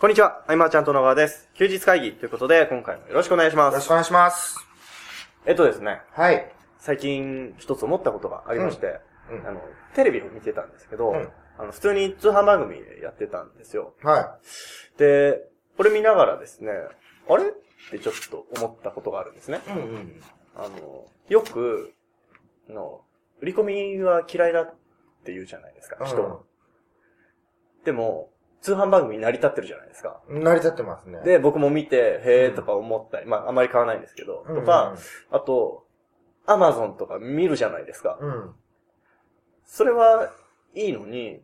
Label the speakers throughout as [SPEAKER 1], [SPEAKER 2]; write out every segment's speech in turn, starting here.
[SPEAKER 1] こんにちは、アイマーちゃんと野川です。休日会議ということで、今回もよろしくお願いし
[SPEAKER 2] よ
[SPEAKER 1] ま
[SPEAKER 2] ろし
[SPEAKER 1] す。
[SPEAKER 2] くお願いします。
[SPEAKER 1] えっとですね、
[SPEAKER 2] はい。
[SPEAKER 1] 最近一つ思ったことがありまして、
[SPEAKER 2] うんうん
[SPEAKER 1] あの、テレビを見てたんですけど、
[SPEAKER 2] うん
[SPEAKER 1] あの、普通に通販番組でやってたんですよ。
[SPEAKER 2] は
[SPEAKER 1] で、これ見ながらですね、あれってちょっと思ったことがあるんですね。
[SPEAKER 2] い。うんうん。
[SPEAKER 1] あの、よく、あの、売り込みは嫌いだって言うじゃないですか、人。でも、通販番組に成り立ってるじゃないですか。
[SPEAKER 2] うん。成り立ってますね。、
[SPEAKER 1] で、僕も見て、へーとか思ったり、まあ、あまり買わないんですけど、とか、、あと、アマゾンとか見るじゃないですか。
[SPEAKER 2] うん。
[SPEAKER 1] それはいいのに、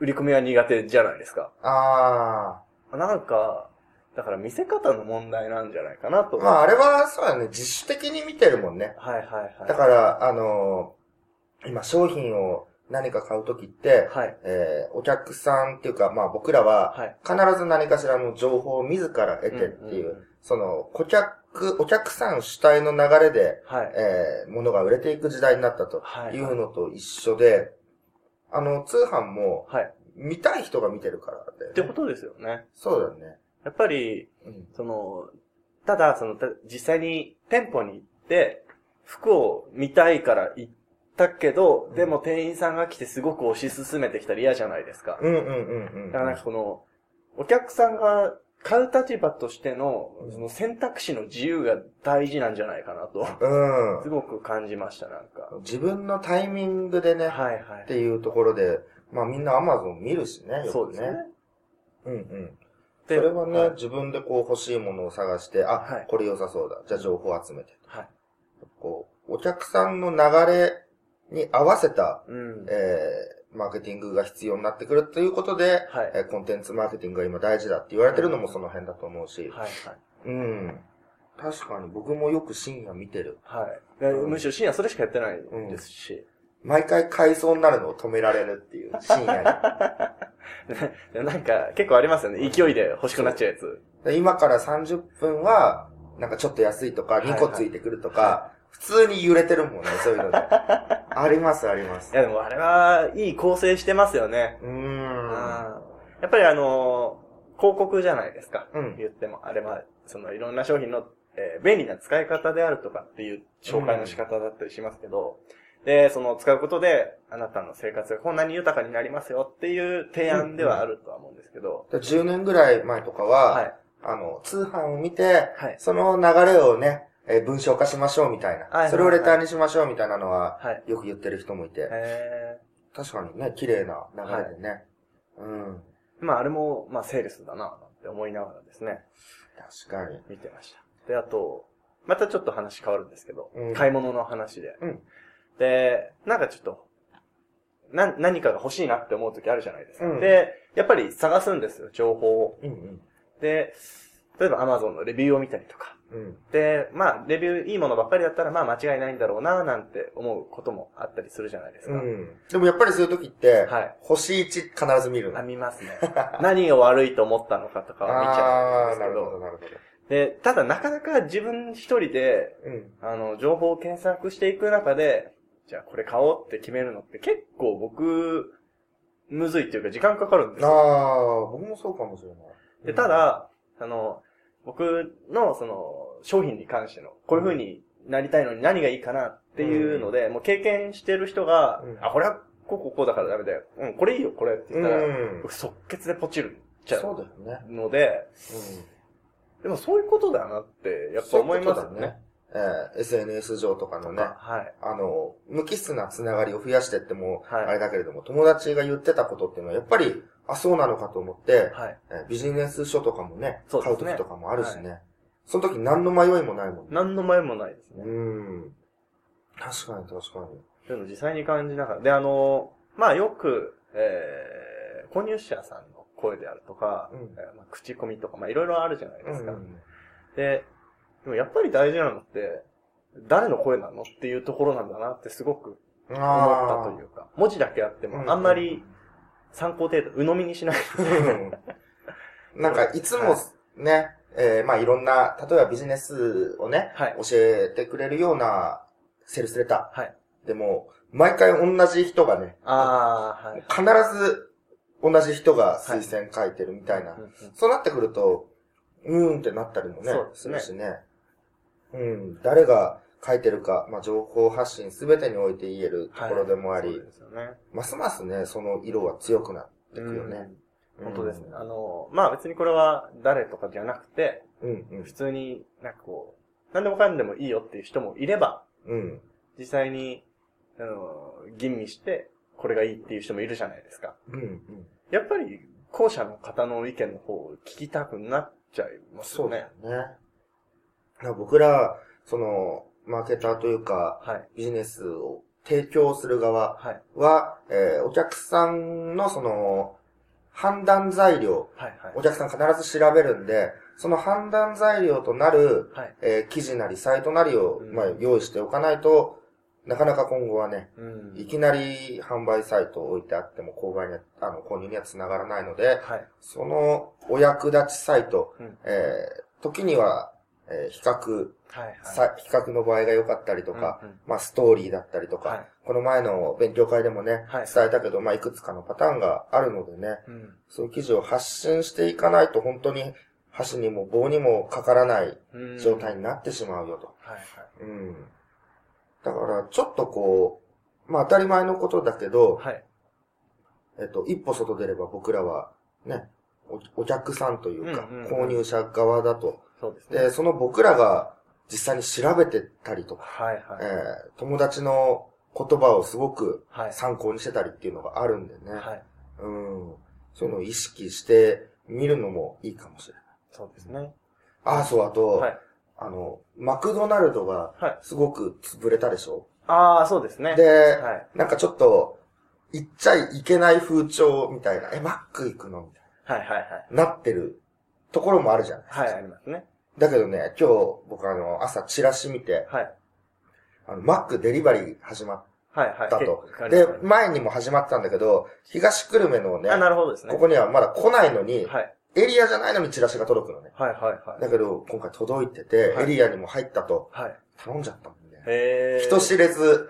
[SPEAKER 1] 売り込みは苦手じゃないですか。
[SPEAKER 2] あ
[SPEAKER 1] なんか、だから見せ方の問題なんじゃないかなと。
[SPEAKER 2] ー。まあ、あれは、そうだね、自主的に見てるもんね。
[SPEAKER 1] はいはいはい。
[SPEAKER 2] だから、あのー今、商品を何か買うときって、
[SPEAKER 1] はい。
[SPEAKER 2] えー、お客さんっていうか、まあ、僕らは、
[SPEAKER 1] はい。
[SPEAKER 2] 必ず何かしらの情報を自ら得てってい
[SPEAKER 1] うんうんう、
[SPEAKER 2] うんその、顧客、お客さん主体の流れで、
[SPEAKER 1] はい。
[SPEAKER 2] えー、ものが売れていく時代になったと
[SPEAKER 1] はい
[SPEAKER 2] いうのと一緒で、あの、通販も
[SPEAKER 1] はい。
[SPEAKER 2] 見たい人が見てるからだよね。
[SPEAKER 1] ってことですよね。
[SPEAKER 2] そうだよね。
[SPEAKER 1] やっぱり、
[SPEAKER 2] うん。
[SPEAKER 1] その、ただ、その、た実際に店舗に行って、服を見たいから行ったけど、でも店員さんが来てすごく推し進めてきたら嫌じゃないですか。
[SPEAKER 2] うんうんうんうん。
[SPEAKER 1] だからなんかこの、お客さんが買う立場としての
[SPEAKER 2] う、ん
[SPEAKER 1] その選択肢の自由が大事なんじゃないかなと、す
[SPEAKER 2] う
[SPEAKER 1] ごく感じました、なんか。
[SPEAKER 2] ん。自分のタイミングでね、
[SPEAKER 1] はいは
[SPEAKER 2] っていうところで、まあみんな Amazon 見るしね、よく
[SPEAKER 1] い。
[SPEAKER 2] ね。
[SPEAKER 1] そうですね。
[SPEAKER 2] うんうん。そ
[SPEAKER 1] で
[SPEAKER 2] れはね、
[SPEAKER 1] はい
[SPEAKER 2] 自分でこう欲しいものを探して、あ、
[SPEAKER 1] はい
[SPEAKER 2] これ良さそうだ。じゃあ情報集めて。
[SPEAKER 1] はい。
[SPEAKER 2] こう、お客さんの流れに合わせた、
[SPEAKER 1] うん。
[SPEAKER 2] えー、マーケティングが必要になってくるということで、
[SPEAKER 1] はい。
[SPEAKER 2] えーコンテンツマーケティングが今大事だって言われてるのもその辺だと思うし、
[SPEAKER 1] はいはい。
[SPEAKER 2] うん。確かに僕もよく深夜見てる。
[SPEAKER 1] はい。でむしろ深夜それしかやってないですし。
[SPEAKER 2] 毎回改装になるのを止められるっていう、深夜
[SPEAKER 1] でなんか、結構ありますよね。勢いで欲しくなっちゃうやつ。
[SPEAKER 2] に。で今から30分は、なんかちょっと安いとか、
[SPEAKER 1] はいはい
[SPEAKER 2] 2個ついてくるとか、普通に揺れてるもんね、そういう ので。あります、あります
[SPEAKER 1] い。や、でもあれは、いい構成してますよね。
[SPEAKER 2] うーん。
[SPEAKER 1] あーやっぱりあのー広告じゃないですか。
[SPEAKER 2] うん
[SPEAKER 1] 言っても、あれは、その、いろんな商品の、えー便利な使い方であるとかっていう紹介の仕方だったりしますけど、で、その、使うことで、あなたの生活がこんなに豊かになりますよっていう提案ではあるとは思うんですけど、
[SPEAKER 2] で10年ぐらい前とかは、
[SPEAKER 1] はい。
[SPEAKER 2] あの、通販を見て、
[SPEAKER 1] はい
[SPEAKER 2] その流れをね、えー文章化しましょうみたいな、
[SPEAKER 1] いはいはい
[SPEAKER 2] それをレターにしましょうみたいなのは、
[SPEAKER 1] はい。
[SPEAKER 2] よく言ってる人もいて、
[SPEAKER 1] え
[SPEAKER 2] 確かにね、綺麗な流れでね。うん。
[SPEAKER 1] ー、まあ、あれも、まあ、セールスだな、なんて思いながらですね。
[SPEAKER 2] 確かに。
[SPEAKER 1] 見てました。で、あと、またちょっと話変わるんですけど、
[SPEAKER 2] うん
[SPEAKER 1] 買い物の話で。
[SPEAKER 2] うん
[SPEAKER 1] で、なんかちょっと、な、何かが欲しいなって思う時あるじゃないですか。
[SPEAKER 2] うん
[SPEAKER 1] で、やっぱり探すんですよ、情報を。
[SPEAKER 2] うんうん。
[SPEAKER 1] で、例えば Amazon のレビューを見たりとか。
[SPEAKER 2] うん。
[SPEAKER 1] で、まあ、レビューいいものばっかりだったら、まあ間違いないんだろうな、なんて思うこともあったりするじゃないですか。
[SPEAKER 2] うん。でもやっぱりそういう時って、
[SPEAKER 1] はい
[SPEAKER 2] 星1必ず見るの。
[SPEAKER 1] あ見ますね。 何を悪いと思ったのかとかは見ちゃうん
[SPEAKER 2] あ
[SPEAKER 1] で
[SPEAKER 2] ー
[SPEAKER 1] す
[SPEAKER 2] な
[SPEAKER 1] け
[SPEAKER 2] るほど、
[SPEAKER 1] ど。
[SPEAKER 2] なるほど。
[SPEAKER 1] で、ただなかなか自分一人で
[SPEAKER 2] うん。
[SPEAKER 1] あの、情報を検索していく中で、じゃあこれ買おうって決めるのって結構僕、むずいっていうか時間かかるんです
[SPEAKER 2] あ
[SPEAKER 1] よ。
[SPEAKER 2] あ、僕もそうかもしれない。
[SPEAKER 1] で、た、だ、あの、僕のその、商品に関しての、こういう風になりたいのに何がいいかなっていうので、もう経験してる人が、
[SPEAKER 2] うん
[SPEAKER 1] あ、これはこうこうこうだからダメだよ。うん、これいいよ、これって
[SPEAKER 2] う
[SPEAKER 1] 言
[SPEAKER 2] ん
[SPEAKER 1] ったら、。僕即決でポチるっちゃ
[SPEAKER 2] そううだよね。
[SPEAKER 1] ので、
[SPEAKER 2] うん。
[SPEAKER 1] でもそういうことだなって、やっぱ思いますよね。
[SPEAKER 2] そういうことだね。えー SNS 上とかのね、
[SPEAKER 1] はい。
[SPEAKER 2] あの、無機質なつながりを増やしてっても、
[SPEAKER 1] はい
[SPEAKER 2] あれだけれども、友達が言ってたことっていうのは、やっぱり、あ、そうなのかと思って、
[SPEAKER 1] はい。
[SPEAKER 2] えビジネス書とかもね、
[SPEAKER 1] そうです
[SPEAKER 2] 買
[SPEAKER 1] ね
[SPEAKER 2] う時とかもあるしね。その時何の迷いもないもんね。
[SPEAKER 1] 何の前もないですね。
[SPEAKER 2] うーん。確かに確か
[SPEAKER 1] というのを実際に感じながら。で、あの、まあよく、えー、購入者さんの声であるとか、
[SPEAKER 2] うん
[SPEAKER 1] えーまあ、口コミとか、まあいろいろあるじゃないで
[SPEAKER 2] に。
[SPEAKER 1] すか。
[SPEAKER 2] うん
[SPEAKER 1] で、でもやっぱり大事なのって、誰の声なのっていうところなんだなってすごく思ったというか、文字だけあって
[SPEAKER 2] うんうん
[SPEAKER 1] もあんまり参考程度、鵜呑みにしない。
[SPEAKER 2] うんなんか、いつもね、えーまあいろんな、例えばビジネスをね、
[SPEAKER 1] はい
[SPEAKER 2] 教えてくれるようなセールスレタ
[SPEAKER 1] はい。
[SPEAKER 2] ー。でも、毎回同じ人がね、
[SPEAKER 1] ああ、はい。
[SPEAKER 2] 必ず同じ人が推薦書いてるみたいな。
[SPEAKER 1] うんうん
[SPEAKER 2] そうなってくると、うーんってなったりもね、
[SPEAKER 1] そうですす
[SPEAKER 2] る
[SPEAKER 1] ね
[SPEAKER 2] しね。うん、誰が書いてるか、まあ、情報発信すべてにおいて言えるところでもあり、
[SPEAKER 1] そうですよね。
[SPEAKER 2] ますますね、その色は強くなってくよね。
[SPEAKER 1] うん本当ですね。
[SPEAKER 2] うん
[SPEAKER 1] あの、まあ別にこれは誰とかじゃなくて、
[SPEAKER 2] うん、
[SPEAKER 1] 普通になんかこう、何でもかんでもいいよっていう人もいれば、
[SPEAKER 2] うん、うん。
[SPEAKER 1] 実際に、あの、吟味して、これがいいっていう人もいるじゃないですか。
[SPEAKER 2] うん、うん。
[SPEAKER 1] やっぱり、後者の方の意見の方を聞きたくなっちゃいます
[SPEAKER 2] そ
[SPEAKER 1] よ
[SPEAKER 2] うだよ
[SPEAKER 1] ね。
[SPEAKER 2] ね。だから僕ら、その、マーケターというか、
[SPEAKER 1] はい。
[SPEAKER 2] ビジネスを提供する側
[SPEAKER 1] はい。
[SPEAKER 2] は、えーお客さんのその、判断材料、
[SPEAKER 1] はい。は
[SPEAKER 2] お客さん必ず調べるんで、その判断材料となる、
[SPEAKER 1] い。はい。
[SPEAKER 2] えー記事なりサイトなりを、
[SPEAKER 1] うん
[SPEAKER 2] まあ、用意しておかないと、なかなか今後はね、
[SPEAKER 1] うん
[SPEAKER 2] いきなり販売サイトを置いてあっても購買には、あの、購入には繋がらないので、
[SPEAKER 1] はい。
[SPEAKER 2] そのお役立ちサイト、
[SPEAKER 1] うん
[SPEAKER 2] えー時には、えー比較、
[SPEAKER 1] はい。
[SPEAKER 2] さ比較の場合が良かったりと
[SPEAKER 1] と
[SPEAKER 2] か、、まあストーリーだったりとか、
[SPEAKER 1] はい
[SPEAKER 2] この前の勉強会でもね、
[SPEAKER 1] はい
[SPEAKER 2] 伝えたけど、まあいくつかのパターンがあるのでね、
[SPEAKER 1] うんうん。
[SPEAKER 2] そういう記事を発信していかないと本当に箸にも棒にもかからない
[SPEAKER 1] うん
[SPEAKER 2] 状態になってしまうよと。
[SPEAKER 1] はい。はい。
[SPEAKER 2] うん。だからちょっとこう、まあ当たり前のことだけど、
[SPEAKER 1] はい。
[SPEAKER 2] えっと、一歩外出れば僕らは、ね、おお客さんというか、
[SPEAKER 1] うんうんうん
[SPEAKER 2] 購入者側だと。
[SPEAKER 1] そうですね。
[SPEAKER 2] で、その僕らが実際に調べてたりとか、
[SPEAKER 1] はい。
[SPEAKER 2] え
[SPEAKER 1] はい。
[SPEAKER 2] ー友達の言葉をすごく
[SPEAKER 1] はい。
[SPEAKER 2] 参考にしてたりっていうのがあるんでね。
[SPEAKER 1] はい。
[SPEAKER 2] うん。そういうのを意識してみるのもいいかもしれない。
[SPEAKER 1] そうですね。
[SPEAKER 2] ああ、そう、あと、
[SPEAKER 1] はい。
[SPEAKER 2] あの、マクドナルドが
[SPEAKER 1] はい。
[SPEAKER 2] すごく潰れたでしょ、
[SPEAKER 1] ああ、そうですね。
[SPEAKER 2] で、
[SPEAKER 1] はい。
[SPEAKER 2] なんかちょっと、行っちゃいけない風潮みたいな、え、マック行くのみたいな。
[SPEAKER 1] はいはい
[SPEAKER 2] なってるところもあるじゃないですか。
[SPEAKER 1] はい。はい、ありますね。
[SPEAKER 2] だけどね、今日僕あの、朝チラシ見て、
[SPEAKER 1] はい。
[SPEAKER 2] あの、マックデリバリー始まっ
[SPEAKER 1] はいはい。
[SPEAKER 2] たと
[SPEAKER 1] 結構あ。りま
[SPEAKER 2] で
[SPEAKER 1] したね、
[SPEAKER 2] 前にも始まったんだけど、東久留米のね
[SPEAKER 1] あ、、なるほどですね。
[SPEAKER 2] ここにはまだ来ないのに、
[SPEAKER 1] はい。
[SPEAKER 2] エリアじゃないのにチラシが届くのね。
[SPEAKER 1] はいはいは
[SPEAKER 2] だ
[SPEAKER 1] い。
[SPEAKER 2] けど、今回届いてて、
[SPEAKER 1] は
[SPEAKER 2] エ
[SPEAKER 1] い
[SPEAKER 2] リアにも入ったと、
[SPEAKER 1] はい。
[SPEAKER 2] 頼んじゃったもんね。
[SPEAKER 1] へえ。
[SPEAKER 2] 人知れず、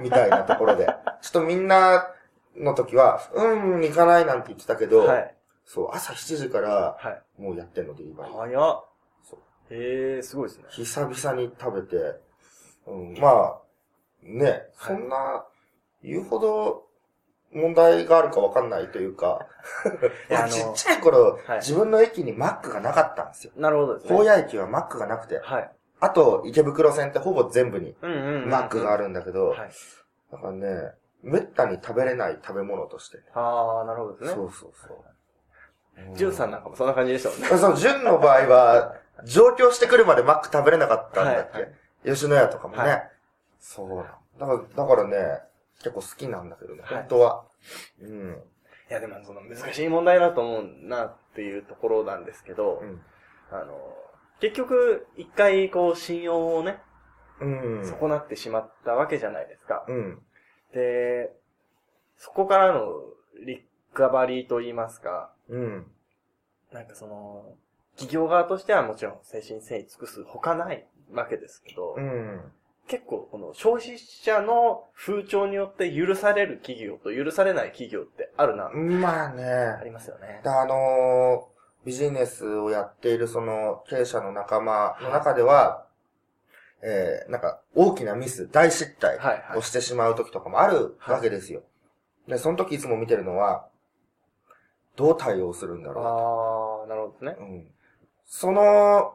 [SPEAKER 2] みたいなとこ ろで。ちょっとみんなの時は、うん、行かないなんて言ってたけど、
[SPEAKER 1] はい。
[SPEAKER 2] そう、朝7時から
[SPEAKER 1] はい。
[SPEAKER 2] もうやってんの、デリバリー。
[SPEAKER 1] 早っ
[SPEAKER 2] そう。
[SPEAKER 1] へえ、すごいですね。
[SPEAKER 2] 久々に食べて、うん、まあ、ね、そんな、言うほど問題があるかわかんないというか、
[SPEAKER 1] いや
[SPEAKER 2] 僕
[SPEAKER 1] あの
[SPEAKER 2] ちっちゃい頃、
[SPEAKER 1] はい
[SPEAKER 2] 自分の駅にマックがなかったんですよ。
[SPEAKER 1] なるほどですね。
[SPEAKER 2] 高野駅はマックがなくて、
[SPEAKER 1] はい。
[SPEAKER 2] あと池袋線ってほぼ全部に
[SPEAKER 1] うんうんうん。
[SPEAKER 2] マックがあ
[SPEAKER 1] る。
[SPEAKER 2] るんだけど、
[SPEAKER 1] はい。
[SPEAKER 2] だからね、めったに食べれない食べ物として。
[SPEAKER 1] ああ、なるほどです
[SPEAKER 2] そ
[SPEAKER 1] ね。
[SPEAKER 2] うそうそう。
[SPEAKER 1] ジュンさんなんかもそんな感じでしたもんね。
[SPEAKER 2] その、純の場合は、上京してくるまでマック食べれなかったんだっけ、
[SPEAKER 1] はい
[SPEAKER 2] 吉野家とかもね。
[SPEAKER 1] はい
[SPEAKER 2] そうだから、だからね、結構好きなんだけどね、
[SPEAKER 1] はい
[SPEAKER 2] 本当は。うん。
[SPEAKER 1] いや、でもその難しい問題だと思うなっていうところなんですけど、あの、結局、一回こう信用をね、
[SPEAKER 2] うん。うん。
[SPEAKER 1] 損なってしまったわけじゃないですか。
[SPEAKER 2] うん。
[SPEAKER 1] で、そこからのリカバリーと言いますか、
[SPEAKER 2] うん。
[SPEAKER 1] なんかその、企業側としてはもちろん精神誠意尽くす他ないわけですけど、
[SPEAKER 2] うん。
[SPEAKER 1] 結構この消費者の風潮によって許される企業と許されない企業ってあるな、
[SPEAKER 2] まあ
[SPEAKER 1] あ
[SPEAKER 2] ね。
[SPEAKER 1] りますよね。
[SPEAKER 2] だあのービジネスをやっているその経営者の仲間の中では、えー、なんか大きなミス、大失態
[SPEAKER 1] はいはい
[SPEAKER 2] をしてしまう時とかもある
[SPEAKER 1] はい
[SPEAKER 2] わけですよ。で、その時いつも見てるのは、どう対応するんだろ
[SPEAKER 1] あー、なるほどね
[SPEAKER 2] う。。うん、その、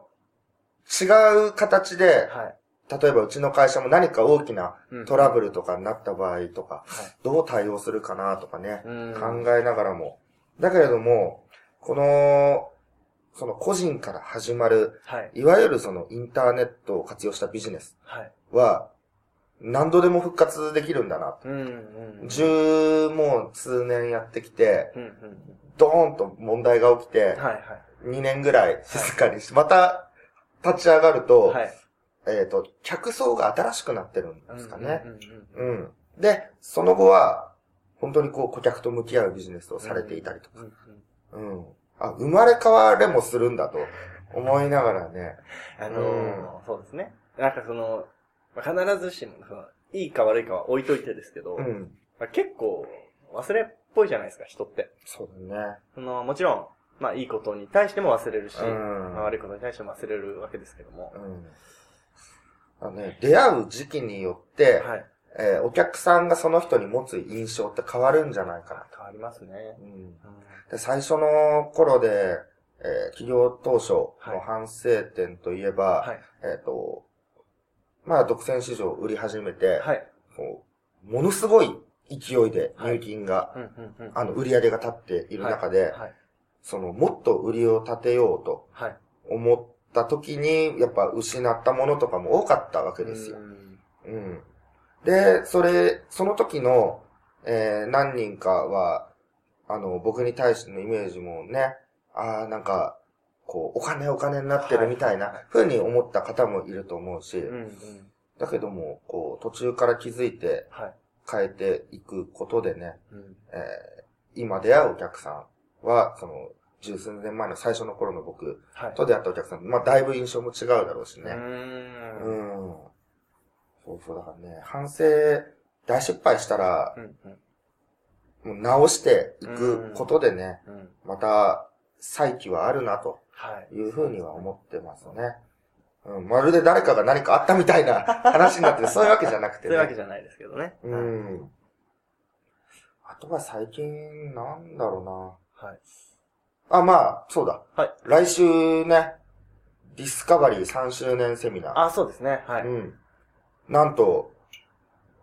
[SPEAKER 2] 違う形で、
[SPEAKER 1] はい。
[SPEAKER 2] 例えばうちの会社も何か大きな
[SPEAKER 1] うん
[SPEAKER 2] トラブルとかになった場合とか、
[SPEAKER 1] はい
[SPEAKER 2] どう対応するかなとかね、
[SPEAKER 1] うん
[SPEAKER 2] 考えながらも。だけれども、この、その個人から始まる、
[SPEAKER 1] はい。
[SPEAKER 2] いわゆるそのインターネットを活用したビジネス
[SPEAKER 1] はい。
[SPEAKER 2] は、何度でも復活できるんだな。
[SPEAKER 1] うんうんうん。
[SPEAKER 2] 十、もう数年やってきて、
[SPEAKER 1] うんうん
[SPEAKER 2] ドーンと問題が起き
[SPEAKER 1] う
[SPEAKER 2] て
[SPEAKER 1] ん。、はい
[SPEAKER 2] 2年ぐらい静かにし、また立ち上がると、
[SPEAKER 1] はい。はい。
[SPEAKER 2] えっ、と、客層が新しくなってるんですかね。
[SPEAKER 1] うんうんうんうん。
[SPEAKER 2] うん。で、その後は、本当にこう顧客と向き合うビジネスをされていたりとか。
[SPEAKER 1] うんうん
[SPEAKER 2] うん。あ、生まれ変われもするんだと思いながらね。
[SPEAKER 1] あのー、そうですね。なんかその、まあ必ずしも、そのいいか悪いかは置いといてですけど、
[SPEAKER 2] うん。
[SPEAKER 1] まあ結構、忘れっぽいじゃないですか、人って。
[SPEAKER 2] そうだ
[SPEAKER 1] その、もちろん、まあ、いいことに対しても忘れるし、
[SPEAKER 2] ね。
[SPEAKER 1] まあ悪いことに対しても忘れるわけですけども。
[SPEAKER 2] うん。あのね、出会う時期によって、
[SPEAKER 1] はい。
[SPEAKER 2] えーお客さんがその人に持つ印象って変わるんじゃないかな
[SPEAKER 1] 変わりますね。
[SPEAKER 2] と。うん。
[SPEAKER 1] うん
[SPEAKER 2] で、最初の頃で、えー企業当初の反省点といえば、
[SPEAKER 1] はい。
[SPEAKER 2] えっ、と、まあ、独占市場を売り始めて、
[SPEAKER 1] はい。
[SPEAKER 2] こうものすごい勢いで入金が、
[SPEAKER 1] うんうんうん。
[SPEAKER 2] あの、売り上げが立っている中で、
[SPEAKER 1] はい。
[SPEAKER 2] その、もっと売りを立てようと
[SPEAKER 1] はい。
[SPEAKER 2] 思った時に、やっぱ失ったものとかも多かったわけですよ
[SPEAKER 1] う。ん
[SPEAKER 2] うん。で、それ、その時の、えー何人かは、あの、僕に対してのイメージもね、ああ、なんか、こう、お金お金になってるみたいな風に思った方もいると思うし、
[SPEAKER 1] うんうん。
[SPEAKER 2] だけども、こう、途中から気づいて
[SPEAKER 1] はい。
[SPEAKER 2] 変えていくことでね、
[SPEAKER 1] うん
[SPEAKER 2] えー今出会うお客さんは、その、十数年前の最初の頃の僕
[SPEAKER 1] はい。
[SPEAKER 2] と出会ったお客さん、まあ、だいぶ印象も違うだろうし
[SPEAKER 1] う
[SPEAKER 2] ね。
[SPEAKER 1] ー。
[SPEAKER 2] うんん。そうそう、だからね、反省、大失敗したら
[SPEAKER 1] う、んうん
[SPEAKER 2] もう直していくことでね、
[SPEAKER 1] うん。
[SPEAKER 2] また、再起はあるな、と
[SPEAKER 1] はい。
[SPEAKER 2] いうふうには思ってますね。うん、まるで誰かが何かあったみたいな話にな ってて、そういうわけじゃなく
[SPEAKER 1] そ
[SPEAKER 2] てね。
[SPEAKER 1] ういうわけじゃないですけどね。
[SPEAKER 2] う。ん。あとは最近、なんだろ
[SPEAKER 1] はい。
[SPEAKER 2] うな。あ、まあ、そうだ。
[SPEAKER 1] はい
[SPEAKER 2] 来週ね、ディスカバリー3周年セミナー。
[SPEAKER 1] あ、そうですね。は
[SPEAKER 2] う
[SPEAKER 1] い。
[SPEAKER 2] ん。なんと、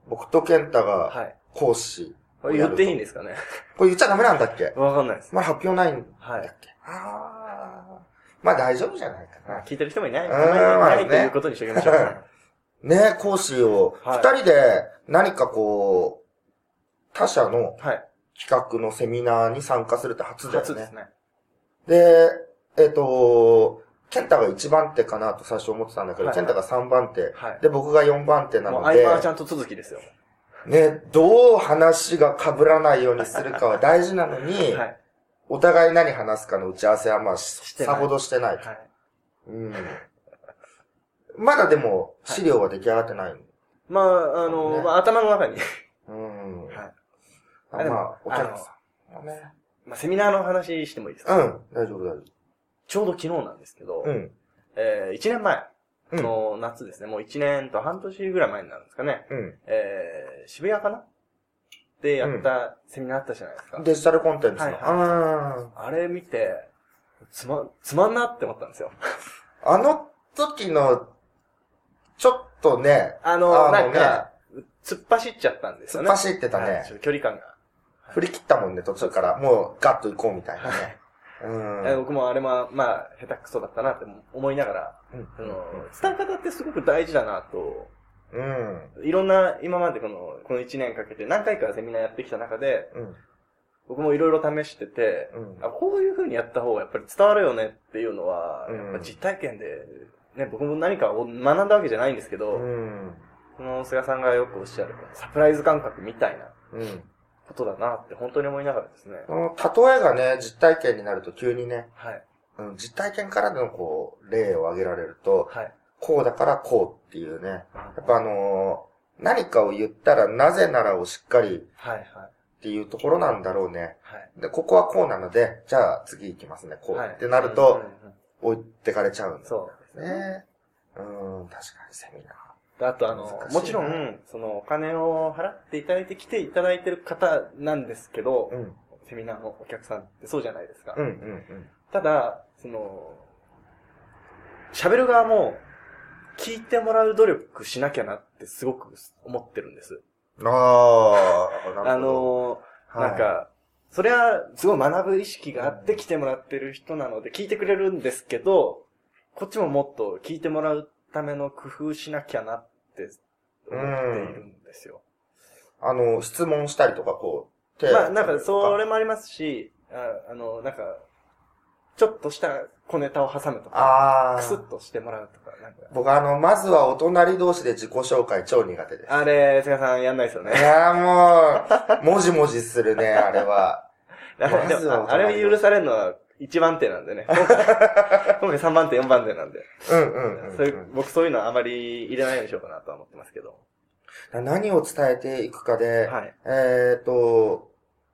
[SPEAKER 2] 僕と健太が
[SPEAKER 1] はい。
[SPEAKER 2] 講師。
[SPEAKER 1] これ言っていいんですかね
[SPEAKER 2] これ言っちゃダメなんだっけ
[SPEAKER 1] わかんないです。
[SPEAKER 2] まだ発表ないんだ
[SPEAKER 1] は
[SPEAKER 2] っ
[SPEAKER 1] い。
[SPEAKER 2] け、ああ。まあ大丈夫じゃないかな。
[SPEAKER 1] 聞いてる人もいない。
[SPEAKER 2] う
[SPEAKER 1] い
[SPEAKER 2] ーん
[SPEAKER 1] ないと
[SPEAKER 2] まあ
[SPEAKER 1] い
[SPEAKER 2] ね
[SPEAKER 1] うことにしておきましょう。
[SPEAKER 2] ね講師を、
[SPEAKER 1] は
[SPEAKER 2] 二
[SPEAKER 1] い
[SPEAKER 2] 人で何かこう、他社の
[SPEAKER 1] はい。
[SPEAKER 2] 企画のセミナーに参加するって初だよね。
[SPEAKER 1] 初ですね。
[SPEAKER 2] で、えっ、と、健太が1番手かなと最初思ってたんだけど、
[SPEAKER 1] はい
[SPEAKER 2] 健太が3番手。
[SPEAKER 1] はい。
[SPEAKER 2] で、僕が4番手な
[SPEAKER 1] もう、
[SPEAKER 2] の
[SPEAKER 1] アイ
[SPEAKER 2] で
[SPEAKER 1] マーちゃんと続きですよ。、
[SPEAKER 2] ね、どう話が被らないようにするかは大事なのに、
[SPEAKER 1] はい。
[SPEAKER 2] お互い何話すかの打ち合わせはまあ、
[SPEAKER 1] て
[SPEAKER 2] さ
[SPEAKER 1] ない
[SPEAKER 2] ほどしてない。
[SPEAKER 1] はい。
[SPEAKER 2] うん。まだでも、資料は出来上がってない。
[SPEAKER 1] まあ、あの、
[SPEAKER 2] ね
[SPEAKER 1] まあ、頭の中に、
[SPEAKER 2] うん。
[SPEAKER 1] はい
[SPEAKER 2] あ
[SPEAKER 1] あでも
[SPEAKER 2] まあ、お客さんもね。
[SPEAKER 1] まあ、セミナーの話してもいいです
[SPEAKER 2] う
[SPEAKER 1] か、
[SPEAKER 2] ん、大丈夫、大丈
[SPEAKER 1] ちょうど昨日なんですけど、
[SPEAKER 2] 夫。うん。
[SPEAKER 1] えー、1年前
[SPEAKER 2] うん
[SPEAKER 1] の夏ですね、もう1年と半年ぐらい前になるんですかね、
[SPEAKER 2] う
[SPEAKER 1] えー、渋谷かなでやったセミナーあったじゃないですか。
[SPEAKER 2] ん。デジタルコンテンツ
[SPEAKER 1] は
[SPEAKER 2] の。
[SPEAKER 1] いはい
[SPEAKER 2] あ
[SPEAKER 1] あれ見て、つま、つまんなって思ったんですよ。
[SPEAKER 2] ーあの時の、ちょっとね、
[SPEAKER 1] あ
[SPEAKER 2] あ
[SPEAKER 1] の、
[SPEAKER 2] の
[SPEAKER 1] なん
[SPEAKER 2] ね
[SPEAKER 1] か、突っ走っちゃったんですよ
[SPEAKER 2] 突っ
[SPEAKER 1] ね。
[SPEAKER 2] 走ってた
[SPEAKER 1] はい
[SPEAKER 2] ね
[SPEAKER 1] ち。ょっと距離感が。
[SPEAKER 2] 振り切ったもんね、途中から。もう、ガッと行こうみたいなね。
[SPEAKER 1] えー
[SPEAKER 2] うん。
[SPEAKER 1] 僕もあれは、まあ、下手くそだったなって思いながら、
[SPEAKER 2] うん
[SPEAKER 1] あの、伝え方ってすごく大事だなと
[SPEAKER 2] うん。
[SPEAKER 1] いろんな、今までこの、この1年かけて何回かセミナーやってきた中で、
[SPEAKER 2] うん。
[SPEAKER 1] 僕もいろいろ試してて、
[SPEAKER 2] うん
[SPEAKER 1] あ、こういう風にやった方がやっぱり伝わるよねっていうのは、
[SPEAKER 2] うん
[SPEAKER 1] やっぱ実体験で、ね、僕も何かを学んだわけじゃないんですけど、
[SPEAKER 2] うん。
[SPEAKER 1] その菅さんがよくおっしゃる、サプライズ感覚みたいな
[SPEAKER 2] うん。
[SPEAKER 1] ことだなって本当に思いながらですね。
[SPEAKER 2] この例えがね、実体験になると急にね、
[SPEAKER 1] はい。
[SPEAKER 2] うん、実体験からのこう、例を挙げられると、
[SPEAKER 1] はい。
[SPEAKER 2] こうだからこうっていうね。やっぱあのー何かを言ったらなぜならをしっかりっ
[SPEAKER 1] はい、はい。
[SPEAKER 2] ていうところなんだろうね。
[SPEAKER 1] はい。
[SPEAKER 2] で、ここはこうなので、じゃあ次行きますね、こう、
[SPEAKER 1] はい
[SPEAKER 2] ってなる
[SPEAKER 1] うん
[SPEAKER 2] と
[SPEAKER 1] う、んうん
[SPEAKER 2] 置いてかれちゃうんだ
[SPEAKER 1] そうですね。
[SPEAKER 2] ね。うん、確かにセミナー。
[SPEAKER 1] であとあの
[SPEAKER 2] 難しい、な
[SPEAKER 1] もちろん、そのお金を払っていただいて来ていただいてる方なんですけど、
[SPEAKER 2] うん、
[SPEAKER 1] セミナーのお客さんってそうじゃないですか。
[SPEAKER 2] うん、うん、
[SPEAKER 1] ただ、その、喋る側も、聞いてもらう努力しなきゃなってすごく思ってるんです。
[SPEAKER 2] うん。ああ、な
[SPEAKER 1] あ
[SPEAKER 2] る
[SPEAKER 1] の、
[SPEAKER 2] ほどはい
[SPEAKER 1] なんか、それはすごい学ぶ意識があって来てもらってる人なので、聞いてくれるんですけど、こっちももっと聞いてもらうための工夫しなきゃなって思っているんですよ。
[SPEAKER 2] あの、質問したりとか、こう、手
[SPEAKER 1] まあ、なんか、それもありますし、ああの、なんか、ちょっとした小ネタを挟むとか、
[SPEAKER 2] ああ。
[SPEAKER 1] クスッとしてもらうとか、なんか。
[SPEAKER 2] 僕あの、まずはお隣同士で自己紹介超苦手です。
[SPEAKER 1] あれ、菅さんやんないですよ
[SPEAKER 2] い
[SPEAKER 1] ね。
[SPEAKER 2] やーもう、もじもじするね、あれは。
[SPEAKER 1] でも
[SPEAKER 2] まずはお互い
[SPEAKER 1] あ
[SPEAKER 2] の
[SPEAKER 1] れ許されるのは1番手なん でね。今回3番手、4番手なんで。
[SPEAKER 2] うんうん、
[SPEAKER 1] そう
[SPEAKER 2] う
[SPEAKER 1] い
[SPEAKER 2] ん
[SPEAKER 1] う僕そういうのはあまり入れないようにしようかなとは思ってますけど。
[SPEAKER 2] 何を伝えていくかで、
[SPEAKER 1] はい。
[SPEAKER 2] えっ、と、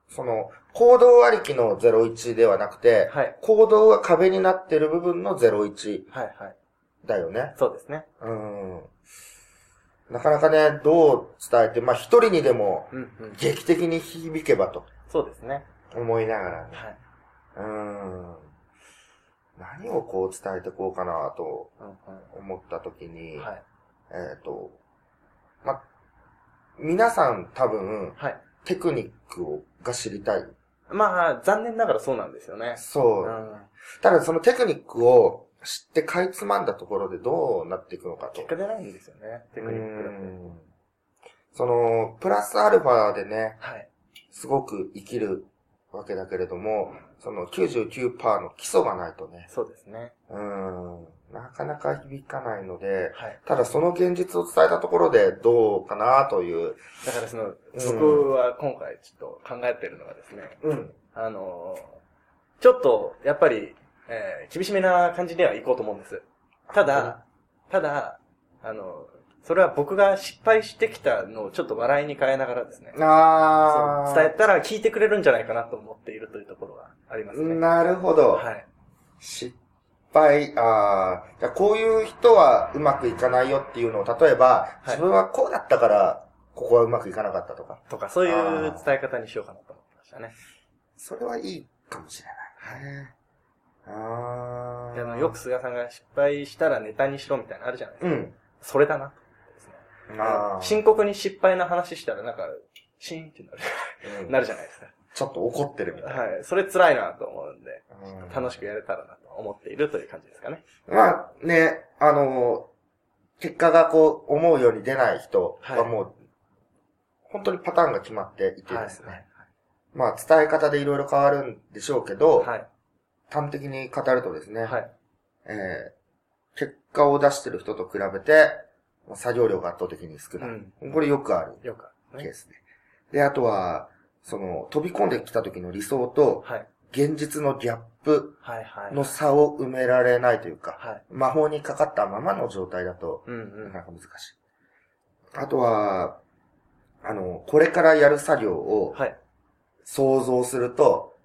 [SPEAKER 2] その、行動ありきの01ではなくて、
[SPEAKER 1] はい。
[SPEAKER 2] 行動が壁になってる部分の01
[SPEAKER 1] はいはい。
[SPEAKER 2] だよね。
[SPEAKER 1] そうですね。
[SPEAKER 2] うん。なかなかね、どう伝えて、まあ、一人にでも
[SPEAKER 1] うんうん。
[SPEAKER 2] 劇的に響けばと
[SPEAKER 1] そうですね。
[SPEAKER 2] 思いながらね。
[SPEAKER 1] はい。
[SPEAKER 2] うん。何をこう伝えてこうかなと
[SPEAKER 1] うん
[SPEAKER 2] 思った時に、
[SPEAKER 1] うん。はい。
[SPEAKER 2] えっ、と、ま、皆さん多分、
[SPEAKER 1] はい。
[SPEAKER 2] テクニックをが知りたい。
[SPEAKER 1] まあ、残念ながらそうなんですよね。
[SPEAKER 2] そうう。
[SPEAKER 1] ん。
[SPEAKER 2] ただそのテクニックを知ってかいつまんだところでどうなっていくのかと。
[SPEAKER 1] 結果出ないんですよね。テクニックだと。
[SPEAKER 2] うんその、プラスアルファでね、
[SPEAKER 1] はい。
[SPEAKER 2] すごく生きるわけだけれども、その99%の基礎がないとね、
[SPEAKER 1] そうですね。
[SPEAKER 2] うん、なかなか響かないので、
[SPEAKER 1] はい。
[SPEAKER 2] ただその現実を伝えたところでどうかなという。
[SPEAKER 1] だからその、
[SPEAKER 2] ん
[SPEAKER 1] 僕は今回ちょっと考えてるのがですね、
[SPEAKER 2] うん。
[SPEAKER 1] あのーちょっと、やっぱり、えー厳しめな感じではいこうと思うんです。ただ、ただ、あのーそれは僕が失敗してきたのをちょっと笑いに変えながらですね、
[SPEAKER 2] あ
[SPEAKER 1] そ
[SPEAKER 2] ー
[SPEAKER 1] う伝えたら聞いてくれるんじゃないかなと思っているというところがありますね。
[SPEAKER 2] なるほど。
[SPEAKER 1] はい。
[SPEAKER 2] 失敗、ああ、じゃあこういう人はうまくいかないよっていうのを、例えば、
[SPEAKER 1] い
[SPEAKER 2] 自分はこうだったから、ここはうまくいかなかったとか、
[SPEAKER 1] とか、そういう
[SPEAKER 2] あー
[SPEAKER 1] 伝え方にしようかなと思ってましたね。
[SPEAKER 2] それはいいかもしれないね。あ
[SPEAKER 1] で
[SPEAKER 2] あ。
[SPEAKER 1] あのよく。菅さんが失敗したらネタにしろみたいなのあるじゃないです
[SPEAKER 2] う
[SPEAKER 1] か。
[SPEAKER 2] ん。
[SPEAKER 1] それだなと思ってですね。
[SPEAKER 2] ああ。
[SPEAKER 1] 深刻に失敗な話したらなんか、シーンってなる
[SPEAKER 2] うん
[SPEAKER 1] なるじゃないですか。
[SPEAKER 2] ちょっと怒ってるみたいな。
[SPEAKER 1] はい。それ辛いなと思うんで、
[SPEAKER 2] うん
[SPEAKER 1] 楽しくやれたらなと思っているという感じですかね。
[SPEAKER 2] まあね、あのー結果がこう、思うように出ない人
[SPEAKER 1] は
[SPEAKER 2] はいもう、本当にパターンが決まっていてですね。
[SPEAKER 1] ね。
[SPEAKER 2] まあ、伝え方でいろいろ変わるんでしょうけど、
[SPEAKER 1] はい。
[SPEAKER 2] 端的に語るとですね、
[SPEAKER 1] はい。
[SPEAKER 2] えー結果を出してる人と比べて、作業量が圧倒的に少
[SPEAKER 1] う
[SPEAKER 2] ない。
[SPEAKER 1] ん。
[SPEAKER 2] これよくある
[SPEAKER 1] よかった
[SPEAKER 2] ケ
[SPEAKER 1] ね。
[SPEAKER 2] ースで。で、あとは、その、飛び込んできた時の理想と、
[SPEAKER 1] はい。
[SPEAKER 2] 現実のギャップ
[SPEAKER 1] はいはい。
[SPEAKER 2] の差を埋められないというか、
[SPEAKER 1] はい。
[SPEAKER 2] 魔法にかかったままの状態だと、
[SPEAKER 1] うんう。
[SPEAKER 2] なんかなか難しい。あとは、あの、これからやる作業を
[SPEAKER 1] はい。
[SPEAKER 2] 想像すると、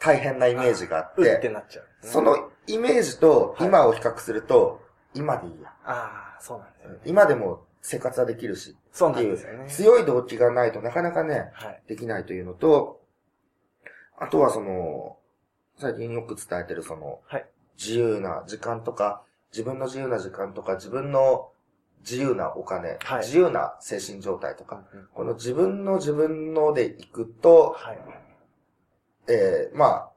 [SPEAKER 2] 大変なイメージがあっ
[SPEAKER 1] うって
[SPEAKER 2] て、
[SPEAKER 1] なっちゃう。
[SPEAKER 2] そ、のイメージと今を比較すると、今でいいや。
[SPEAKER 1] ああ、そうなんですよね。
[SPEAKER 2] 今でも生活はできるし、
[SPEAKER 1] そう
[SPEAKER 2] っ
[SPEAKER 1] な
[SPEAKER 2] て
[SPEAKER 1] ん
[SPEAKER 2] い
[SPEAKER 1] ですよね
[SPEAKER 2] う。強い動機がないとなかなかね、
[SPEAKER 1] はい。
[SPEAKER 2] できないというのと、あとはその、最近よく伝えてるその
[SPEAKER 1] はい、
[SPEAKER 2] 自由な時間とか、自分の自由な時間とか、自分の自由なお金、
[SPEAKER 1] はい
[SPEAKER 2] 自由な精神状態と
[SPEAKER 1] う
[SPEAKER 2] か、
[SPEAKER 1] んうん
[SPEAKER 2] この自分の自分ので行くと、
[SPEAKER 1] はい。
[SPEAKER 2] えー、まあ、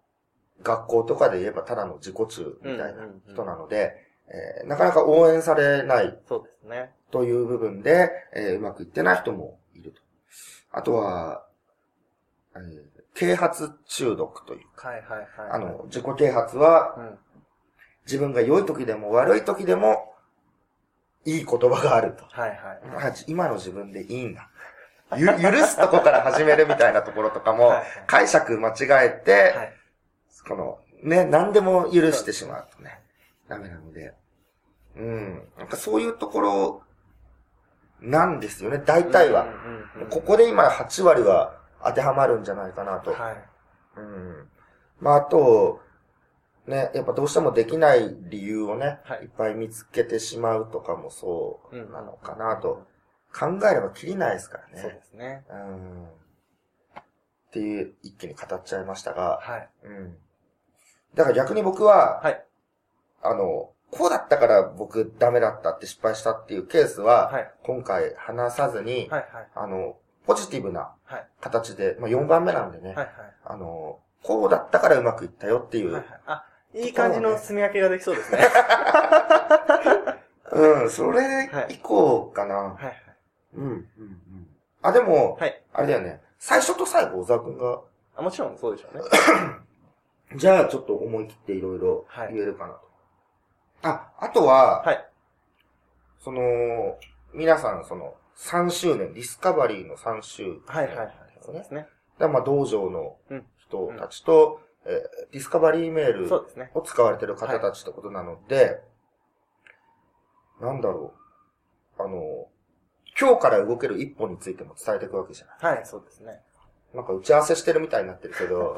[SPEAKER 2] 学校とかで言えばただの自己中みたい
[SPEAKER 1] うんう
[SPEAKER 2] な
[SPEAKER 1] んうん
[SPEAKER 2] 人なので、えーなかなか応援されない
[SPEAKER 1] そうですね。
[SPEAKER 2] という部分で、えーうまくいってない人もいると。あとは、えー啓発中毒という。
[SPEAKER 1] はいはいはい。
[SPEAKER 2] あ、の、自己啓発は
[SPEAKER 1] うん。
[SPEAKER 2] 自分が良い時でも悪い時でもいい言葉があると。
[SPEAKER 1] はいはい。
[SPEAKER 2] あ今の自分でいいんだ。ゆ許すとこから始めるみたいなところとかも
[SPEAKER 1] はいはい、
[SPEAKER 2] 解釈間違えて、
[SPEAKER 1] はい。
[SPEAKER 2] この、ね、何でも許してしまうとね、ダメなので。うん。なんかそういうところ、なんですよね、大体は。
[SPEAKER 1] うんうんうん
[SPEAKER 2] ここで今8割は当てはまるんじゃないかなと。
[SPEAKER 1] はい。
[SPEAKER 2] うん。まあ、あと、ね、やっぱどうしてもできない理由をね、
[SPEAKER 1] はい
[SPEAKER 2] い、っぱい見つけてしまうとかもそう
[SPEAKER 1] うん
[SPEAKER 2] なのかなと。考えればきりないですから
[SPEAKER 1] そう
[SPEAKER 2] ね
[SPEAKER 1] で。すね。
[SPEAKER 2] うん。っていう、一気に語っちゃいましたが、
[SPEAKER 1] はい。
[SPEAKER 2] うん。だから逆に僕は、
[SPEAKER 1] はい。
[SPEAKER 2] あの、こうだったから僕ダメだったって失敗したっていうケースは、
[SPEAKER 1] はい
[SPEAKER 2] 今回話さずに、
[SPEAKER 1] はいはい。
[SPEAKER 2] あの、ポジティブな
[SPEAKER 1] はい
[SPEAKER 2] 形で、まあ4番目なんでね、
[SPEAKER 1] はいはい。
[SPEAKER 2] あの、こうだったからうまくいったよっていう、
[SPEAKER 1] はいはい。あ、いい感じの住み分けができそうですね。
[SPEAKER 2] うん、それ
[SPEAKER 1] はい
[SPEAKER 2] 以降かな。
[SPEAKER 1] はいはい。
[SPEAKER 2] うん、うん、うん。あ、でも、
[SPEAKER 1] はい。
[SPEAKER 2] あれだよね、最初と最後小沢くんが、
[SPEAKER 1] あもちろんそうでしょうね。
[SPEAKER 2] じゃあちょっと思い切っていろいろ
[SPEAKER 1] はい
[SPEAKER 2] 言えるかなと。あ、あとは、
[SPEAKER 1] はい。
[SPEAKER 2] その、皆さん、その、3周年、ディスカバリーの3周年。
[SPEAKER 1] はいはいはい。そう
[SPEAKER 2] ね
[SPEAKER 1] で。すね。
[SPEAKER 2] だまあ、道場の人たちと、えーディスカバリーメール
[SPEAKER 1] そうですね。
[SPEAKER 2] を使われてる方たちってことなので、なんだろう。あの、今日から動ける一歩についても伝えていくわけじゃない。
[SPEAKER 1] はい、そうですね。
[SPEAKER 2] なんか打ち合わせしてるみたいになってるけ ど、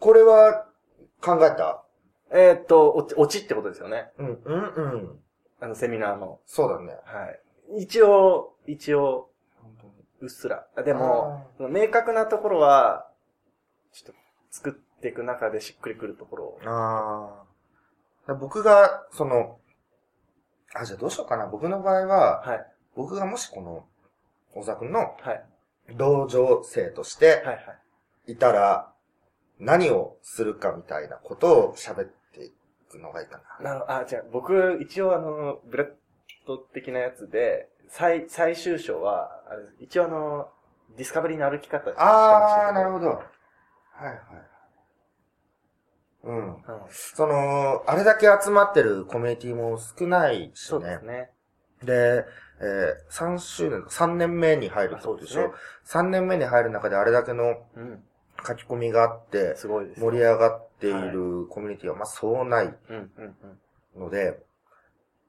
[SPEAKER 2] これは考えた
[SPEAKER 1] えーっと、オチオチってことですよね。
[SPEAKER 2] うん、うん、うん。
[SPEAKER 1] あの、セミナーの。
[SPEAKER 2] そうだね。
[SPEAKER 1] はい。一応、一応、
[SPEAKER 2] 本当に
[SPEAKER 1] うっすら。あでも、明確なところは、ちょっと作っていく中でしっくりくるところを。
[SPEAKER 2] ああ。僕が、その、あ、じゃあどうしようかな。僕の場合は、
[SPEAKER 1] はい。
[SPEAKER 2] 僕がもしこの、小沢くんの
[SPEAKER 1] はい。
[SPEAKER 2] 同情生とし
[SPEAKER 1] はい
[SPEAKER 2] て
[SPEAKER 1] はい。
[SPEAKER 2] いたら、何をするかみたいなことを喋っていくのがいいかな。
[SPEAKER 1] なるほど。あ、じゃあ僕、一応あの、ブレッド的なやつで、最、最終章は、あれ一応あの、ディスカバリーの歩き方
[SPEAKER 2] ああ、なるほ
[SPEAKER 1] ど。
[SPEAKER 2] ど。はいはい。うん。
[SPEAKER 1] うん、
[SPEAKER 2] その、あれだけ集まってるコミュニティも少ないし
[SPEAKER 1] そうで
[SPEAKER 2] ね
[SPEAKER 1] す。ね。
[SPEAKER 2] で、えー、3周年、3年目に入るってことでしょ、?3 年目に入る中であれだけの
[SPEAKER 1] うん。
[SPEAKER 2] 書き込みがあって、
[SPEAKER 1] すごいです、
[SPEAKER 2] 盛り上がっているコミュニティは、まあそうない
[SPEAKER 1] うんうんうん。
[SPEAKER 2] ので、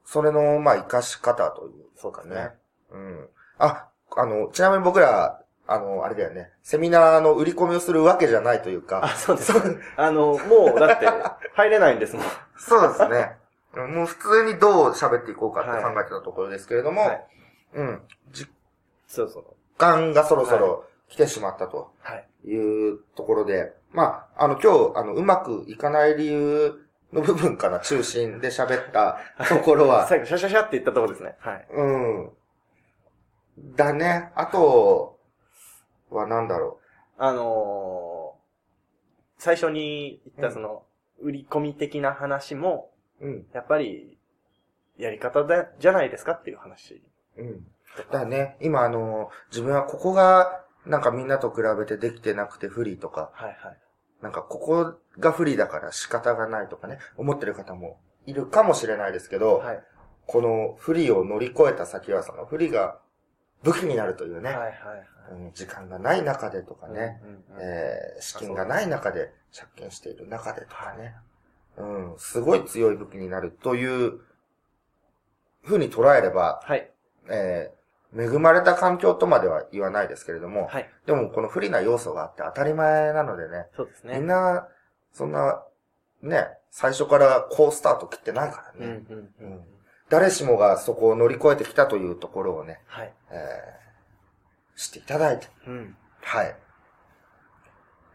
[SPEAKER 2] それの、まあ、活かし方という
[SPEAKER 1] そうか
[SPEAKER 2] か
[SPEAKER 1] ね。
[SPEAKER 2] ね。うん。あ、あの、ちなみに僕ら、あの、あれだよね、セミナーの売り込みをするわけじゃないという
[SPEAKER 1] あ、
[SPEAKER 2] か、
[SPEAKER 1] そうです。 あの、もう、だって、入れないんですもん。
[SPEAKER 2] そうですね。もう普通にどう喋っていこうかって考えてたところですけれども、
[SPEAKER 1] はい
[SPEAKER 2] うん。
[SPEAKER 1] そうそう。
[SPEAKER 2] 時間がそろそろ来てしまったと
[SPEAKER 1] はい。
[SPEAKER 2] いうところで、まあ、あの、今日、あの、うまくいかない理由の部分から中心で喋ったところ は、
[SPEAKER 1] 最後、シャシャシャって言ったところですね。はい。
[SPEAKER 2] うん。だね。あとは何だろ
[SPEAKER 1] あのー最初に言っ
[SPEAKER 2] うん
[SPEAKER 1] たその、売り込み的な話も、
[SPEAKER 2] う。うん。
[SPEAKER 1] やっぱり、やり方だ、じゃないですかっていう話。
[SPEAKER 2] うん。だね。今、あの、自分はここが、なんかみんなと比べてできてなくて不利とか、
[SPEAKER 1] はいはい。
[SPEAKER 2] なんかここが不利だから仕方がないとかね、思ってる方もいるかもしれないですけど、
[SPEAKER 1] はい。
[SPEAKER 2] この不利を乗り越えた先は、その不利が武器になるというね、
[SPEAKER 1] はいはいはい。
[SPEAKER 2] うん時間がない中でとかね、
[SPEAKER 1] うんうんうん。
[SPEAKER 2] えー資金がない中で、借金している中でとかね、うん、すごい強い武器になるという、ふうに捉えれば、
[SPEAKER 1] はい。
[SPEAKER 2] えー恵まれた環境とまでは言わないですけれども、
[SPEAKER 1] はい。
[SPEAKER 2] でもこの不利な要素があって当たり前なのでね、
[SPEAKER 1] そうです
[SPEAKER 2] み
[SPEAKER 1] ね。
[SPEAKER 2] んな、そんな、ね、最初からこうスタート切ってないからね、
[SPEAKER 1] うんうんう
[SPEAKER 2] うんん。誰しもがそこを乗り越えてきたというところをね、
[SPEAKER 1] はい。
[SPEAKER 2] えー、知っていただいて、
[SPEAKER 1] うん。
[SPEAKER 2] はい。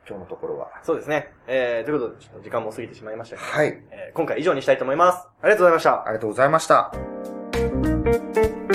[SPEAKER 2] 今日のところは。
[SPEAKER 1] そうですね。えー、ということで、ちょっと時間も過ぎてしまいましたが、
[SPEAKER 2] はい。
[SPEAKER 1] えー今回以上にしたいと思います。ありがとうございました。
[SPEAKER 2] ありがとうございました。